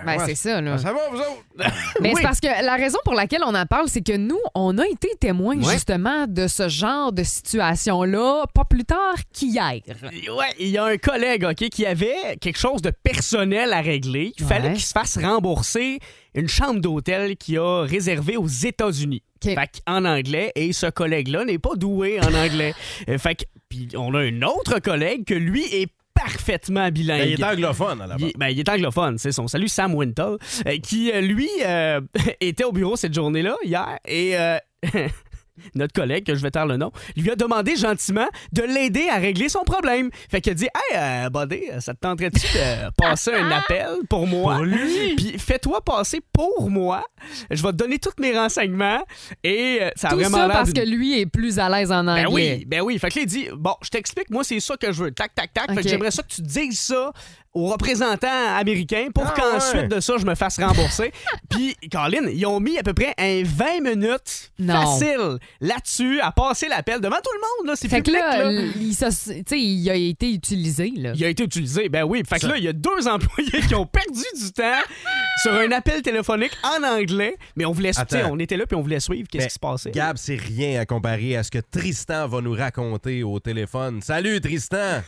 C: Ben,
B: ouais,
C: c'est ça, là.
B: Ça va, vous autres?
C: Mais c'est parce que la raison pour laquelle on en parle, c'est que nous, on a été témoins
D: Ouais.
C: justement de ce genre de situation-là, pas plus tard qu'hier.
D: Ouais, il y a un collègue, OK, qui avait quelque chose de personnel à régler. Il fallait qu'il se fasse rembourser une chambre d'hôtel qu'il a réservée aux États-Unis. Fait en anglais, et ce collègue-là n'est pas doué en anglais. Euh, fait que, puis on a un autre collègue que lui est parfaitement bilingue.
B: Ben, il est anglophone, à la base.
D: Il, ben, il est anglophone, c'est son. Salut Sam Wintle, euh, qui, euh, lui, euh, était au bureau cette journée-là, hier, et euh, notre collègue, que je vais taire le nom, lui a demandé gentiment de l'aider à régler son problème. Fait qu'il a dit Hey, euh, buddy, ça te tenterait-tu de passer un appel pour moi Puis fais-toi passer pour moi. Je vais te donner tous mes renseignements. Et euh, ça a
C: Tout
D: vraiment
C: ça
D: l'air
C: parce
D: d'une-
C: que lui est plus à l'aise en anglais.
D: ben oui, ben oui. Fait que là, il dit Bon, je t'explique, moi, c'est ça que je veux. Tac, tac, tac. Fait
C: Ok.
D: que j'aimerais ça que tu dises ça aux représentants américains pour
B: Ah
D: qu'ensuite
B: ouais.
D: de ça, je me fasse rembourser. Puis, Colin, ils ont mis à peu près un 20 minutes
C: Non.
D: facile là-dessus à passer l'appel devant tout le monde. Là. C'est
C: Fait que
D: public,
C: là,
D: là.
C: l- il, se- tu sais, il a été utilisé. Là.
D: Il a été utilisé, ben oui. Fait que là, il y a deux employés qui ont perdu du temps sur un appel téléphonique en anglais, mais on voulait, tu sais,
B: Attends.
D: on était là puis on voulait suivre qu'est-ce
B: Mais
D: qui se passait.
B: Gab, c'est rien à comparer à ce que Tristan va nous raconter au téléphone. Salut, Tristan!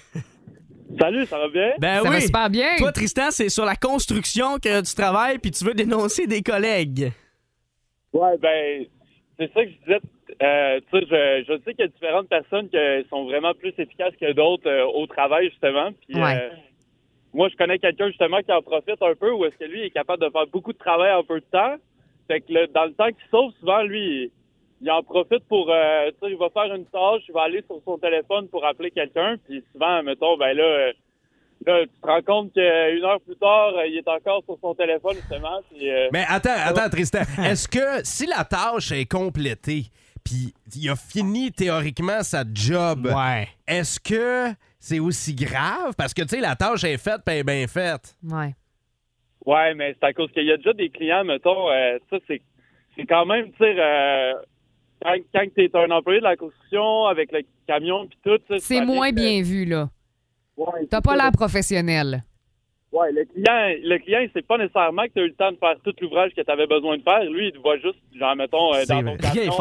L: Salut, ça va bien?
D: Ben
B: Ça
D: oui.
B: va super
C: bien.
D: Toi, Tristan, c'est sur la construction que tu travailles puis tu veux dénoncer des collègues.
L: Ouais, ben, c'est ça que je disais. Euh, tu sais, je, je sais qu'il y a différentes personnes qui sont vraiment plus efficaces que d'autres euh, au travail, justement. Puis,
M: Ouais.
L: euh, moi, je connais quelqu'un, justement, qui en profite un peu, où est-ce que lui est capable de faire beaucoup de travail en peu de temps. Fait que le- dans le temps qu'il sauve, souvent, lui, il en profite pour, euh, tu sais, il va faire une tâche, il va aller sur son téléphone pour appeler quelqu'un. Puis souvent, mettons, ben là... euh, Là, tu te rends compte qu'une heure plus tard, euh, il est encore sur son téléphone, justement. Puis, euh,
B: Mais attends, attends, Tristan. Est-ce que si la tâche est complétée, puis il a fini théoriquement sa job, est-ce que c'est aussi grave? Parce que, tu sais, la tâche est faite, puis elle est bien faite.
C: Ouais.
L: Ouais, mais c'est à cause qu'il y a déjà des clients, mettons, euh, ça, c'est, c'est quand même, tu sais, euh, quand, quand tu es un employé de la construction avec le camion puis tout, tu sais,
C: C'est
L: ça
C: moins
L: vient-
C: bien vu, là.
L: Ouais,
C: T'as
L: c'est
C: pas
L: ça.
C: l'air professionnel.
L: Ouais, le client, le client, il sait pas nécessairement que tu as eu le temps de faire tout l'ouvrage que tu avais besoin de faire. Lui, il te voit juste, genre, mettons, euh, dans ton camion.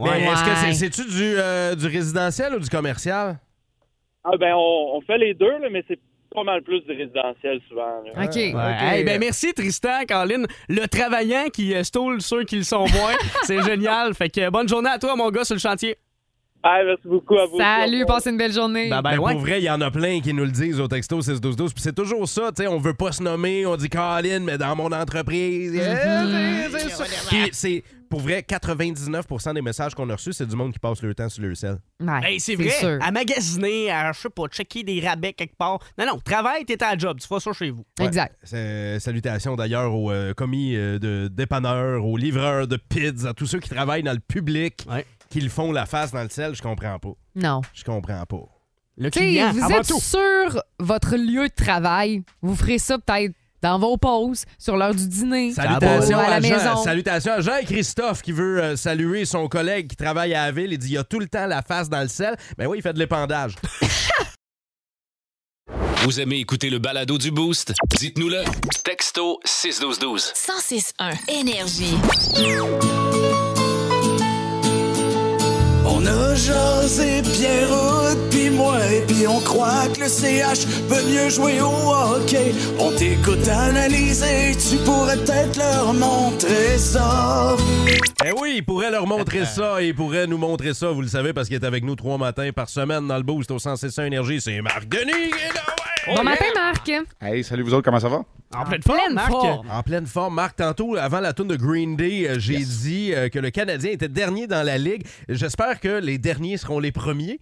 B: Mais est-ce que c'est, c'est-tu du, euh, du résidentiel ou du commercial?
L: Ah, ben, on, on fait les deux, là, mais c'est pas mal plus du résidentiel souvent. là.
D: Ouais. Hey, ben merci Tristan, Caroline, le travaillant qui euh, stole ceux qui le sont moins. c'est génial. Fait que euh, bonne journée à toi, mon gars, sur le chantier.
L: merci beaucoup à vous.
C: Salut, passez une belle journée.
B: Ben, Pour vrai, il y en a plein qui nous le disent au texto 61212. Puis c'est toujours ça, tu sais, on veut pas se nommer, on dit Colin, mais dans mon entreprise. euh, c'est- c'est ça. Puis c'est pour vrai, 99% des messages qu'on a reçus, c'est du monde qui passe leur temps sur leur sel.
D: Hey, c'est vrai. Ah, À magasiner, à, je sais pas, checker des rabais quelque part. Non, non, travail, t'es à la job. Tu fais ça chez vous.
B: Ouais. C'est- Salutations d'ailleurs aux euh, commis euh, de dépanneurs, aux livreurs de pids, à tous ceux qui travaillent dans le public, qui le font la face dans le sel, je comprends pas.
C: Non.
B: Je comprends pas.
D: Le
C: Tu sais, vous êtes sur votre lieu de travail. Vous ferez ça peut-être dans vos pauses, sur l'heure du dîner,
B: Salutations
C: ou à
B: à,
C: la
B: Jean,
C: maison.
B: salutations à Jean et Christophe qui veut euh, saluer son collègue qui travaille à la ville. Il dit il y a tout le temps la face dans le sel. Ben oui, il fait de l'épandage.
A: Vous aimez écouter le balado du Boost? Dites-nous-le. Texto 61212.
G: 106.1 Énergie.
M: On a jasé Pierrot, puis moi, et puis on croit que le CH peut mieux jouer au hockey. On t'écoute analyser, tu pourrais peut-être leur montrer ça.
B: Eh oui, il pourrait leur montrer ça, il pourrait nous montrer ça, vous le savez, parce qu'il est avec nous trois matins par semaine dans le boost au 106.1 Énergie. C'est Marc Denis! qui est là, ouais!
L: Oh,
C: Bon matin, Marc.
N: Hey, salut vous autres, comment ça va?
D: En
C: pleine forme, Pleine Marc. forme.
B: En pleine forme, Marc. Tantôt, avant la tourne de Green Day, euh, j'ai dit euh, que le Canadien était dernier dans la Ligue. J'espère que les derniers seront les premiers.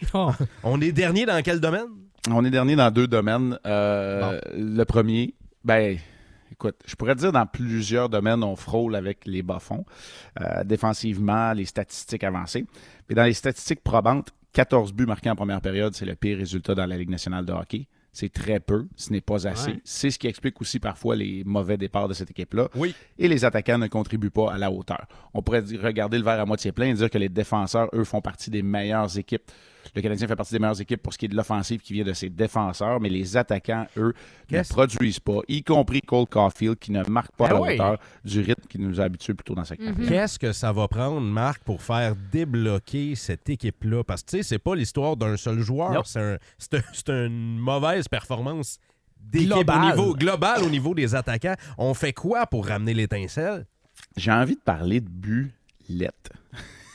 B: On est dernier dans quel domaine?
N: On est dernier dans deux domaines. Euh, Le premier, ben, écoute, je pourrais dire dans plusieurs domaines, on frôle avec les bas-fonds. Euh, défensivement, les statistiques avancées. Mais dans les statistiques probantes, 14 buts marqués en première période, c'est le pire résultat dans la Ligue nationale de hockey. C'est très peu, ce n'est pas assez.
O: Ouais.
N: C'est ce qui explique aussi parfois les mauvais départs de cette équipe-là. Et les attaquants ne contribuent pas à la hauteur. On pourrait dire- regarder le verre à moitié plein et dire que les défenseurs, eux, font partie des meilleures équipes. Le Canadien fait partie des meilleures équipes pour ce qui est de l'offensive qui vient de ses défenseurs, mais les attaquants, eux, ne
B: Qu'est-ce-
N: produisent pas, y compris Cole Caulfield qui ne marque pas à la
B: Ah oui.
N: hauteur du rythme qui nous a habitués plutôt dans sa carrière.
B: Qu'est-ce que ça va prendre, Marc, pour faire débloquer cette équipe-là? Parce que, tu sais, c'est pas l'histoire d'un seul
N: Non.
B: joueur. C'est un- c'est un- c'est une mauvaise performance d'équipe au
N: Globale.
B: niveau global, au niveau des attaquants. On fait quoi pour ramener l'étincelle?
N: J'ai envie de parler de but lettre.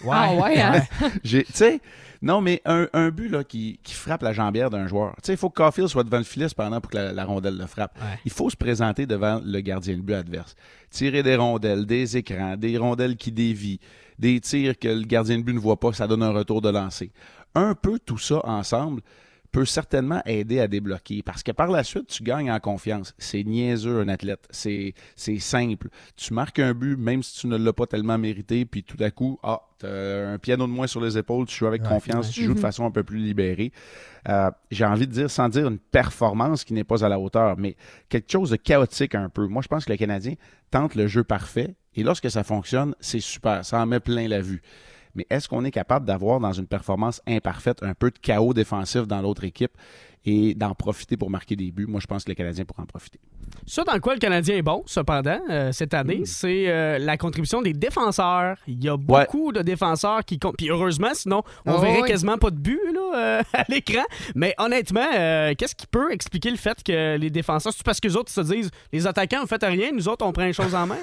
B: Ouais. Ah ouais, hein?
N: J'ai- Tu sais, non, mais un, un but là, qui, qui frappe la jambière d'un joueur. Tu sais, il faut que Caulfield soit devant le filet cependant pour que la, la rondelle le frappe. Il faut se présenter devant le gardien de but adverse. Tirer des rondelles, des écrans, des rondelles qui dévient, des tirs que le gardien de but ne voit pas, ça donne un retour de lancer. Un peu tout ça ensemble peut certainement aider à débloquer parce que par la suite, tu gagnes en confiance. C'est niaiseux un athlète, c'est c'est simple. Tu marques un but même si tu ne l'as pas tellement mérité, puis tout à coup, ah, t'as un piano de moins sur les épaules, tu joues avec
O: Ouais,
N: confiance,
O: ouais.
N: tu joues de
O: Mhm.
N: façon un peu plus libérée. Euh, J'ai envie de dire, sans dire une performance qui n'est pas à la hauteur, mais quelque chose de chaotique un peu. Moi, je pense que le Canadien tente le jeu parfait et lorsque ça fonctionne, c'est super, ça en met plein la vue. Mais est-ce qu'on est capable d'avoir dans une performance imparfaite un peu de chaos défensif dans l'autre équipe et d'en profiter pour marquer des buts? Moi, je pense que le Canadien pourra en profiter.
D: Ça dans quoi le Canadien est bon, cependant, euh, cette année,
N: Hmm.
D: c'est euh, la contribution des défenseurs. Il y a beaucoup de défenseurs qui comptent. Puis heureusement, sinon, on
N: Ah
O: Oh
D: verrait
O: oui.
D: quasiment pas de but là, euh, à l'écran. Mais honnêtement, euh, qu'est-ce qui peut expliquer le fait que les défenseurs, c'est parce que les autres se disent les attaquants, vous faites rien, nous autres, on prend les choses en main?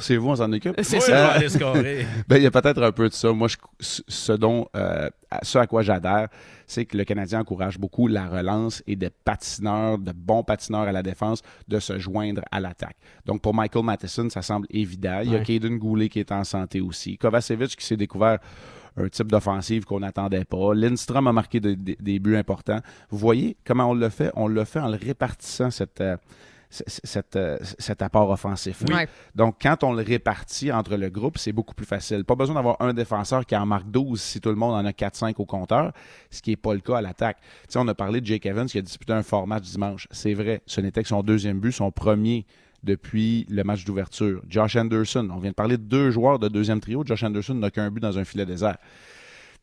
N: c'est vous, on s'en occupe.
D: C'est Oui, ça. on va aller
B: scorer.
N: ben, il y a peut-être un peu de ça. Moi, je- ce- ce dont, euh, à- ce à quoi j'adhère, c'est que le Canadien encourage beaucoup la relance et des patineurs, de bons patineurs à la défense, de se joindre à l'attaque. Donc, pour Michael Matheson, ça semble évident. Il y a
O: Ouais.
N: Caden Goulet qui est en santé aussi. Kovacevic qui s'est découvert un type d'offensive qu'on n'attendait pas. Lindstrom a marqué de- de- des buts importants. Vous voyez comment on le fait? On le fait en le répartissant cette, euh, c- c- cette, euh, c- cet apport offensif.
O: Oui. Ouais.
N: Donc, quand on le répartit entre le groupe, c'est beaucoup plus facile. Pas besoin d'avoir un défenseur qui en marque 12 si tout le monde en a 4-5 au compteur, ce qui n'est pas le cas à l'attaque. Tu sais, on a parlé de Jake Evans qui a disputé un fort match dimanche. C'est vrai, ce n'était que son deuxième but, son premier depuis le match d'ouverture. Josh Anderson, on vient de parler de deux joueurs de deuxième trio. Josh Anderson n'a qu'un but dans un filet désert.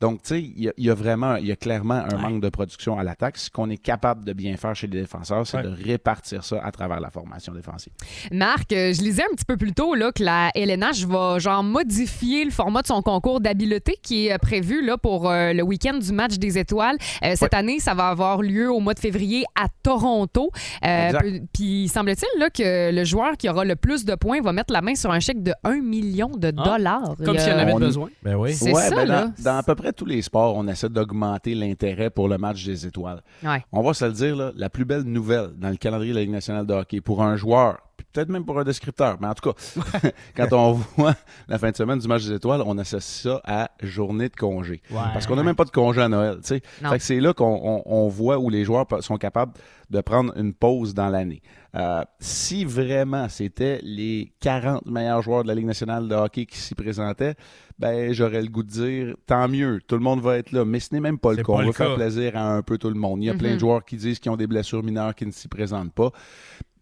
N: Donc, tu sais, il y, a- il y a vraiment, il y a clairement un manque de production à l'attaque. Ce qu'on est capable de bien faire chez les défenseurs, c'est de répartir ça à travers la formation défensive.
C: Marc, euh, je lisais un petit peu plus tôt là, que la LNH va genre modifier le format de son concours d'habileté qui est euh, prévu là, pour euh, le week-end du match des étoiles. Euh, cette année, ça va avoir lieu au mois de février à Toronto. Euh,
P: Exact.
C: peu- Puis semble-t-il là, que le joueur qui aura le plus de points va mettre la main sur un chèque de 1 million de dollars. Il y a-
N: euh, On-
B: Ben oui.
C: C'est
N: Ouais,
C: ça,
N: ben
C: là.
N: Dans, dans à peu près tous les sports, on essaie d'augmenter l'intérêt pour le match des étoiles.
C: Ouais.
N: On va se le dire, là, la plus belle nouvelle dans le calendrier de la Ligue nationale de hockey pour un joueur, puis peut-être même pour un descripteur, mais en tout cas, quand on voit la fin de semaine du match des étoiles, on associe ça à journée de congé.
O: Ouais.
N: Parce qu'on n'a même pas de congé à Noël. tu sais.
O: Non.
N: Fait que c'est là qu'on on- on voit où les joueurs pe- sont capables de prendre une pause dans l'année. Euh, si vraiment c'était les 40 meilleurs joueurs de la Ligue nationale de hockey qui s'y présentaient, ben j'aurais le goût de dire tant mieux, tout le monde va être là. Mais ce n'est même pas le
O: C'est
N: cas.
O: pas
N: On
O: le
N: va faire
O: cas.
N: plaisir à un peu tout le monde. Il y a plein
O: Mhm.
N: de joueurs qui disent qu'ils ont des blessures mineures qui ne s'y présentent pas.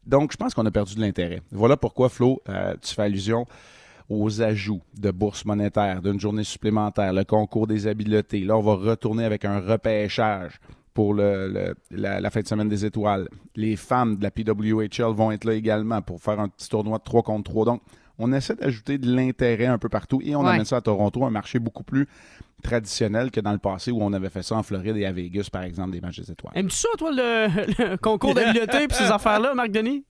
N: Donc, je pense qu'on a perdu de l'intérêt. Voilà pourquoi, Flo, euh, tu fais allusion aux ajouts de bourse monétaire, d'une journée supplémentaire, le concours des habiletés. Là, on va retourner avec un repêchage pour le- le- la, la fin de semaine des étoiles. Les femmes de la PWHL vont être là également pour faire un petit tournoi de 3 contre 3. Donc, on essaie d'ajouter de l'intérêt un peu partout et on
O: Ouais.
N: amène ça à Toronto, un marché beaucoup plus traditionnel que dans le passé où on avait fait ça en Floride et à Vegas, par exemple, des matchs des étoiles.
D: Aimes-tu ça, toi, le, le concours d'habileté et ces affaires-là, Marc Denis?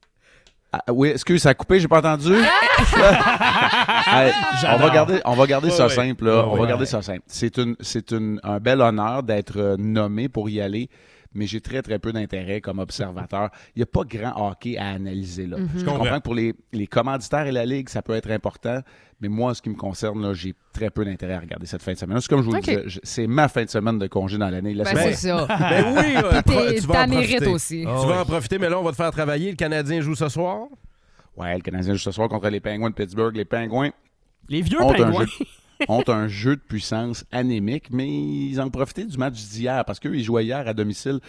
N: Ah, oui, excuse, ça a coupé, j'ai pas entendu.
C: Ah!
N: Hey, on va
O: J'adore.
N: garder, on va garder
O: Ouais,
N: ça
O: ouais.
N: simple. là.
O: Ouais,
N: on va
O: ouais.
N: garder ça simple. C'est une, c'est une- un bel honneur d'être euh, nommé pour y aller, mais j'ai très très peu d'intérêt comme observateur. Il n'y a pas grand hockey à analyser là.
O: Mhm. Je
C: Mm-hmm.
N: Je
O: comprends.
N: comprends que pour les, les commanditaires et la ligue, ça peut être important, mais moi, en ce qui me concerne, là, j'ai très peu d'intérêt à regarder cette fin de semaine. C'est comme je vous
C: Ok.
N: le disais, je- c'est ma fin de semaine de congé dans l'année.
C: Ben,
N: Laissez-moi-
C: c'est ça.
B: Ben oui,
C: Puis
B: euh, pro-
C: t'es-
B: tu vas
C: t'en
B: en profiter.
C: mérites aussi.
B: Tu
C: Ah
B: vas
C: oui.
B: en profiter, mais là, on va te faire travailler. Le Canadien joue ce soir.
N: Ouais, le Canadien joue ce soir contre les Penguins de Pittsburgh. Les Penguins.
D: Les vieux
N: ont
D: Pingouins.
N: Un jeu, ont un jeu de puissance anémique, mais ils ont profité du match d'hier parce qu'eux, ils jouaient hier à domicile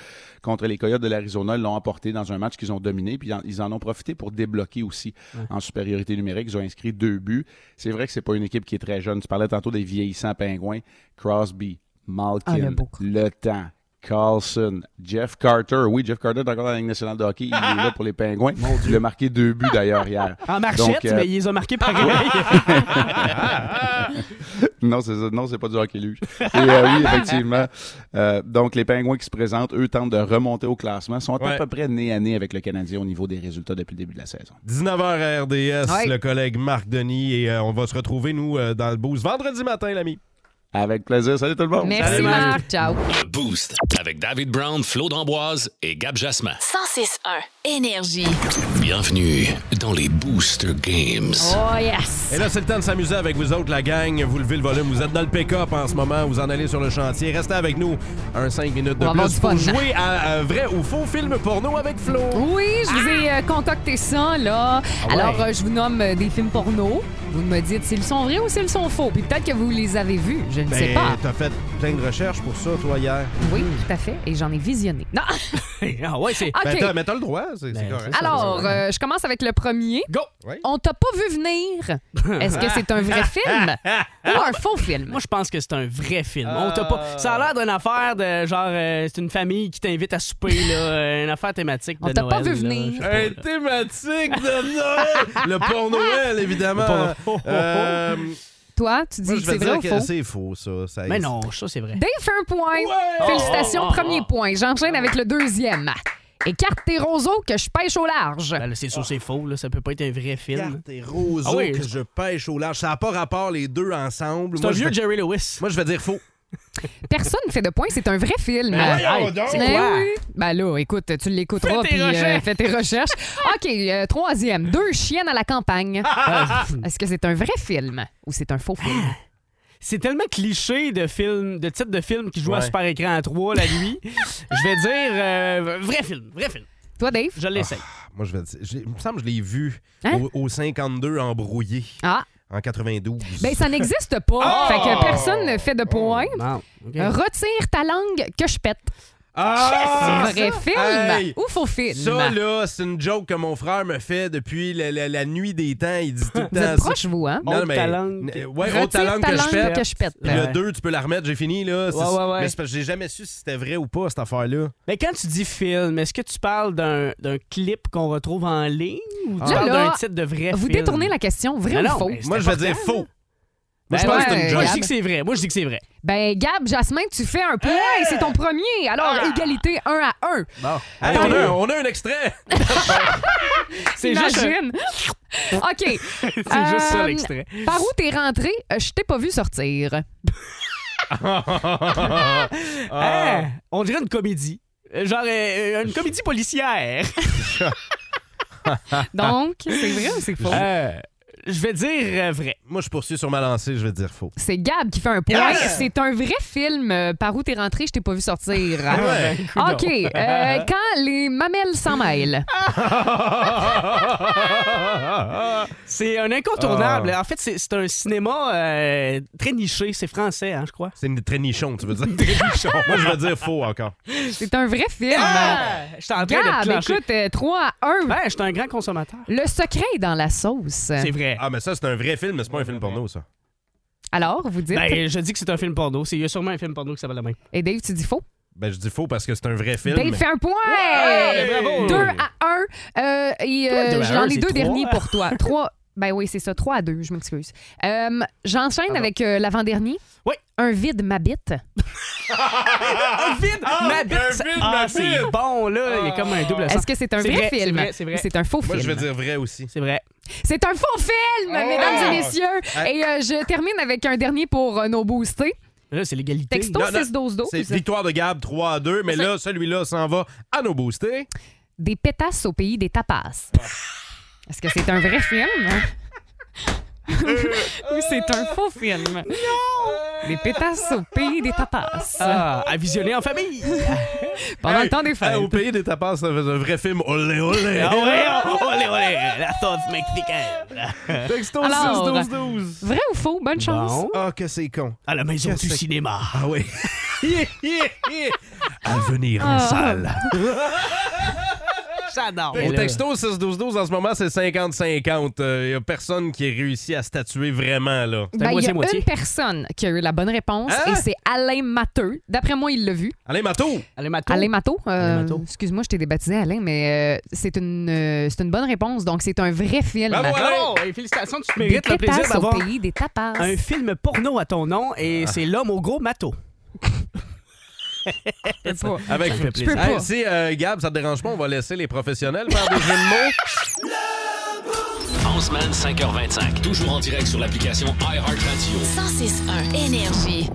N: contre les Coyotes de l'Arizona. Ils l'ont emporté dans un match qu'ils ont dominé, puis en- ils en ont profité pour débloquer aussi
O: Ouais.
N: en supériorité numérique. Ils ont inscrit deux buts. C'est vrai que c'est pas une équipe qui est très jeune. Tu parlais tantôt des vieillissants Pingouins. Crosby, Malkin,
O: Ah, le beau
N: le temps. Carlson, Jeff Carter. Oui, Jeff Carter est encore dans la Ligue nationale de hockey. Il est là pour les Pingouins. Il a marqué deux buts d'ailleurs hier.
D: En marchette,
N: Donc, euh, Ah
D: mais ils les ont marqués pareil.
N: non, c'est ça. Non, c'est pas du hockey luge. Et euh, oui, effectivement. Euh, donc, les Pingouins qui se présentent, eux, tentent de remonter au classement, sont
B: Ouais.
N: à peu près nez à nez avec le Canadien au niveau des résultats depuis le début de la saison.
B: 19h à RDS,
N: Ouais.
B: le collègue Marc Denis, et euh, on va se retrouver, nous, euh, dans le boost vendredi matin, l'ami.
N: Avec plaisir. Salut tout le monde.
C: Merci,
B: Salut, Marc.
C: Marc. Ciao.
A: Le Boost avec David Brown, Flo d'Amboise et Gab Jasmin.
G: 106.1 Énergie.
A: Bienvenue dans les Booster Games.
G: Oh yes.
B: Et là, c'est le temps de s'amuser avec vous autres, la gang. Vous levez le volume, vous êtes dans le pick-up en ce moment, vous en allez sur le chantier. Restez avec nous un 5 minutes de
C: On va
B: plus
C: avoir
B: pour
C: du fun.
B: jouer à un vrai ou faux film porno avec Flo.
C: Oui, je vous ai euh, concocté ça,
B: Ah
C: là.
B: ouais.
C: Alors, euh, je vous nomme euh, des films porno. Vous me dites s'ils sont vrais ou s'ils sont faux. Puis peut-être que vous les avez vus, je ne
B: Ben,
C: sais pas.
B: T'as fait plein de recherches pour ça, toi, hier.
C: Oui, tout à fait. Et j'en ai visionné. Non!
D: ah ouais, c'est.
C: Ok.
B: Ben, t'as- mais t'as le droit, c'est c'est correct.
C: Alors, euh, je commence avec le premier.
D: Go!
C: On t'a pas vu venir. Est-ce que c'est un vrai film ou un faux film?
D: Moi, je pense que c'est un vrai film. On t'a
B: Ah.
D: pas... Ça a l'air d'une affaire de genre, euh, c'est une famille qui t'invite à souper, là, euh, une affaire thématique. De
C: On t'a pas
D: Noël,
C: vu
D: là,
C: venir.
D: je sais pas, là.
B: Un thématique de Noël! le porno Noël, évidemment.
D: Le porno.
B: Euh,
C: Toi, tu dis
B: moi,
C: que
B: je vais
C: c'est vrai
B: dire
C: ou
B: que
C: faux?
B: c'est faux, ça. ça
D: Mais non, ça, c'est vrai.
C: Dave fait un point. Félicitations,
D: Oh, oh,
C: premier point. J'enchaîne avec le deuxième. Écarte tes roseaux que je pêche au large.
D: Ben là, c'est sûr, c'est faux. Là. Ça peut pas être un vrai film.
B: Carte et roseaux
D: Ah oui.
B: que je pêche au large. Ça n'a pas rapport les deux ensemble.
D: C'est
B: Moi,
D: un
B: je
D: vieux
B: vais-
D: Jerry Lewis.
B: Moi, je vais dire faux.
C: Personne ne fait de points, c'est un vrai film.
B: Ben voyons donc!
C: Ben
B: C'est quoi?
C: oui. Ben là, écoute, tu l'écouteras
D: Fais tes
C: puis euh,
D: recherches.
C: fais tes recherches. OK, euh, troisième, deux chiennes à la campagne.
B: Ah!
C: Est-ce que c'est un vrai film ou c'est un faux film?
D: C'est tellement cliché de film, de titre de film qui joue à
C: Ouais.
D: super écran à 3 la nuit. je vais dire euh, vrai film, vrai film.
C: Toi, Dave?
D: Je l'essaye.
B: Moi, je vais dire. j'ai- Il me semble que je l'ai vu
C: Hein?
B: au, au 52 embrouillé.
C: Ah.
B: En 92.
C: Ben, ça n'existe pas.
B: Oh!
C: Fait que personne ne fait de points.
D: OK.
C: Retire ta langue que je pète.
B: Ah!
C: vrai
B: Ça,
C: film
B: hey!
C: ou faux film?
B: Ça, là, c'est une joke que mon frère me fait depuis la, la- la nuit des temps. Il dit tout le
C: Vous
B: temps
C: êtes
B: ça.
C: proches, vous, hein?
B: Non,
C: Honte
B: mais-
C: ta langue.
B: n- Ouais,
C: Retire
B: autre talent
C: ta
B: que
C: langue
B: je pète.
C: que je pète.
B: Puis
D: Ouais.
B: le 2, tu peux la remettre, j'ai fini, là. C'est-
D: Ouais, ouais, ouais.
B: Mais c'est parce que j'ai jamais su si c'était vrai ou pas, cette affaire-là.
D: Mais Ben, quand tu dis film, est-ce que tu parles d'un d'un clip qu'on retrouve en ligne ou
C: Là,
D: tu parles
C: là,
D: d'un titre de vrai
C: Vous
D: film?
C: détournez la question, vrai
D: Ben
C: ou
D: non,
C: faux?
D: mais c'est
B: Moi, je vais dire
D: important,
B: faux.
C: hein?
D: Ben
B: Moi, je pense que c'est
C: ouais,
B: une
D: Moi,
B: joke.
D: je dis que c'est vrai. Moi, je dis que c'est vrai.
C: Ben, Gab, Jasmin, tu fais un point. C'est ton premier. Alors,
B: Ah!
C: égalité 1 à 1.
D: Bon.
C: Ah,
B: Hey, on, a, on a un extrait.
D: C'est juste un-
C: Imagine. Euh, OK. C'est
D: juste ça, l'extrait.
C: Par où t'es rentré? Euh, Je t'ai pas vu sortir.
D: Ah, on dirait une comédie. Euh, Genre euh, une comédie policière.
C: Donc,
D: Ah.
C: c'est vrai ou c'est faux?
D: Euh, je vais dire euh, vrai.
B: Moi, je poursuis sur ma lancée, je vais dire faux.
C: C'est Gab qui fait un point.
D: Ah.
B: Yes!
C: C'est un vrai film. euh, Par où t'es rentré, je t'ai pas vu sortir.
D: Ah, ben,
B: ouais.
C: OK. euh, quand les mamelles s'en mêlent.
D: C'est un incontournable.
B: Ah.
D: En fait, c'est c'est un cinéma euh, très niché. C'est français, hein, je crois.
B: C'est une très nichon, tu veux dire. Moi, je vais dire faux encore.
C: C'est un vrai film.
D: Ah! Je suis en train de
C: Gab,
D: clencher.
C: écoute, euh, 3 à 1.
D: Ben, je suis un grand consommateur.
C: Le secret est dans la sauce.
D: C'est vrai.
B: Ah, mais ça, c'est un vrai film, mais c'est pas un film porno, ça.
C: Alors, vous dites.
D: Ben, je dis que c'est un film porno. C'est- Il y a sûrement un film porno qui s'appelle la même.
C: Et Dave, tu dis faux?
B: Ben, je dis faux parce que c'est un vrai film.
C: Dave Ben, fait un point!
B: Ouais! Bravo!
C: 2 à 1. Euh, et
B: Pourquoi
C: euh,
B: deux à
C: j'en
B: un,
C: ai
B: c'est
C: deux
B: trois?
C: derniers pour toi. Trois. Ben oui, c'est ça. 3 à 2, je m'excuse. Euh, J'enchaîne avec euh, l'avant-dernier.
D: Oui.
C: Un vide m'habite.
B: Ah!
D: un vide, ma bite. Ah, c'est bon, là. Il y a comme un double
C: Ah. Est-ce
D: sens.
C: que c'est un vrai film?
D: C'est vrai, c'est vrai.
C: Ou c'est un faux Moi, je film? vais
B: dire vrai aussi.
D: C'est vrai.
C: C'est un faux film, mesdames et messieurs.
D: Ah.
C: Et euh, je termine avec un dernier pour euh, nos boostés.
D: Là, c'est l'égalité.
C: Texto
B: Non, non,
C: 6 12 12
B: C'est victoire de Gab 3 à 2, mais là, celui-là s'en va à nos boostés.
C: Des pétasses au pays des tapas. Est-ce que c'est un vrai film? hein?
D: Euh,
C: Ou c'est un faux film? Non! Des pétasses au pays des tapas.
D: Ah, à visionner en famille.
C: Pendant
B: le temps des fêtes. Euh, au pays des tapas, ça faisait un vrai film. Olé, olé.
D: Ah ouais, oh, olé, olé, la sauce mexicaine.
B: Texto
C: Alors, euh,
B: 6 12 12.
C: Vrai ou faux? Bonne chance.
B: Ah, que c'est con.
D: À la maison
B: Qu'est-ce
D: du
B: que-
D: cinéma.
B: Ah oui. à venir en
D: Ah.
B: salle.
D: J'adore.
B: Au texto 6-12-12, en ce moment, c'est 50-50. Il n'y a personne qui réussit à statuer vraiment, là.
C: Ben, Il y a une personne qui a eu la bonne réponse
D: Ah!
B: Hein?
C: et c'est Alain Matteux. D'après moi, il l'a vu.
B: Allez, Mato!
D: Allez, Mato.
C: Alain Matteau, euh, excuse-moi, je t'ai débaptisé Alain, mais euh, c'est une, euh, c'est une bonne réponse. Donc, c'est un vrai film.
D: Bravo, et félicitations, tu
C: Des
D: mérites le plaisir
C: pétasses au
D: d'avoir
C: pays des tapas.
D: un film porno à ton nom et c'est l'homme au gros matos.
B: Avec
D: Ça fait plaisir.
B: Hey, si euh, Gab, ça te dérange pas, on va laisser les professionnels faire des jeux de mots.
A: En semaine 5h25, toujours en direct sur l'application iHeartRadio.
G: 106.1 Énergie.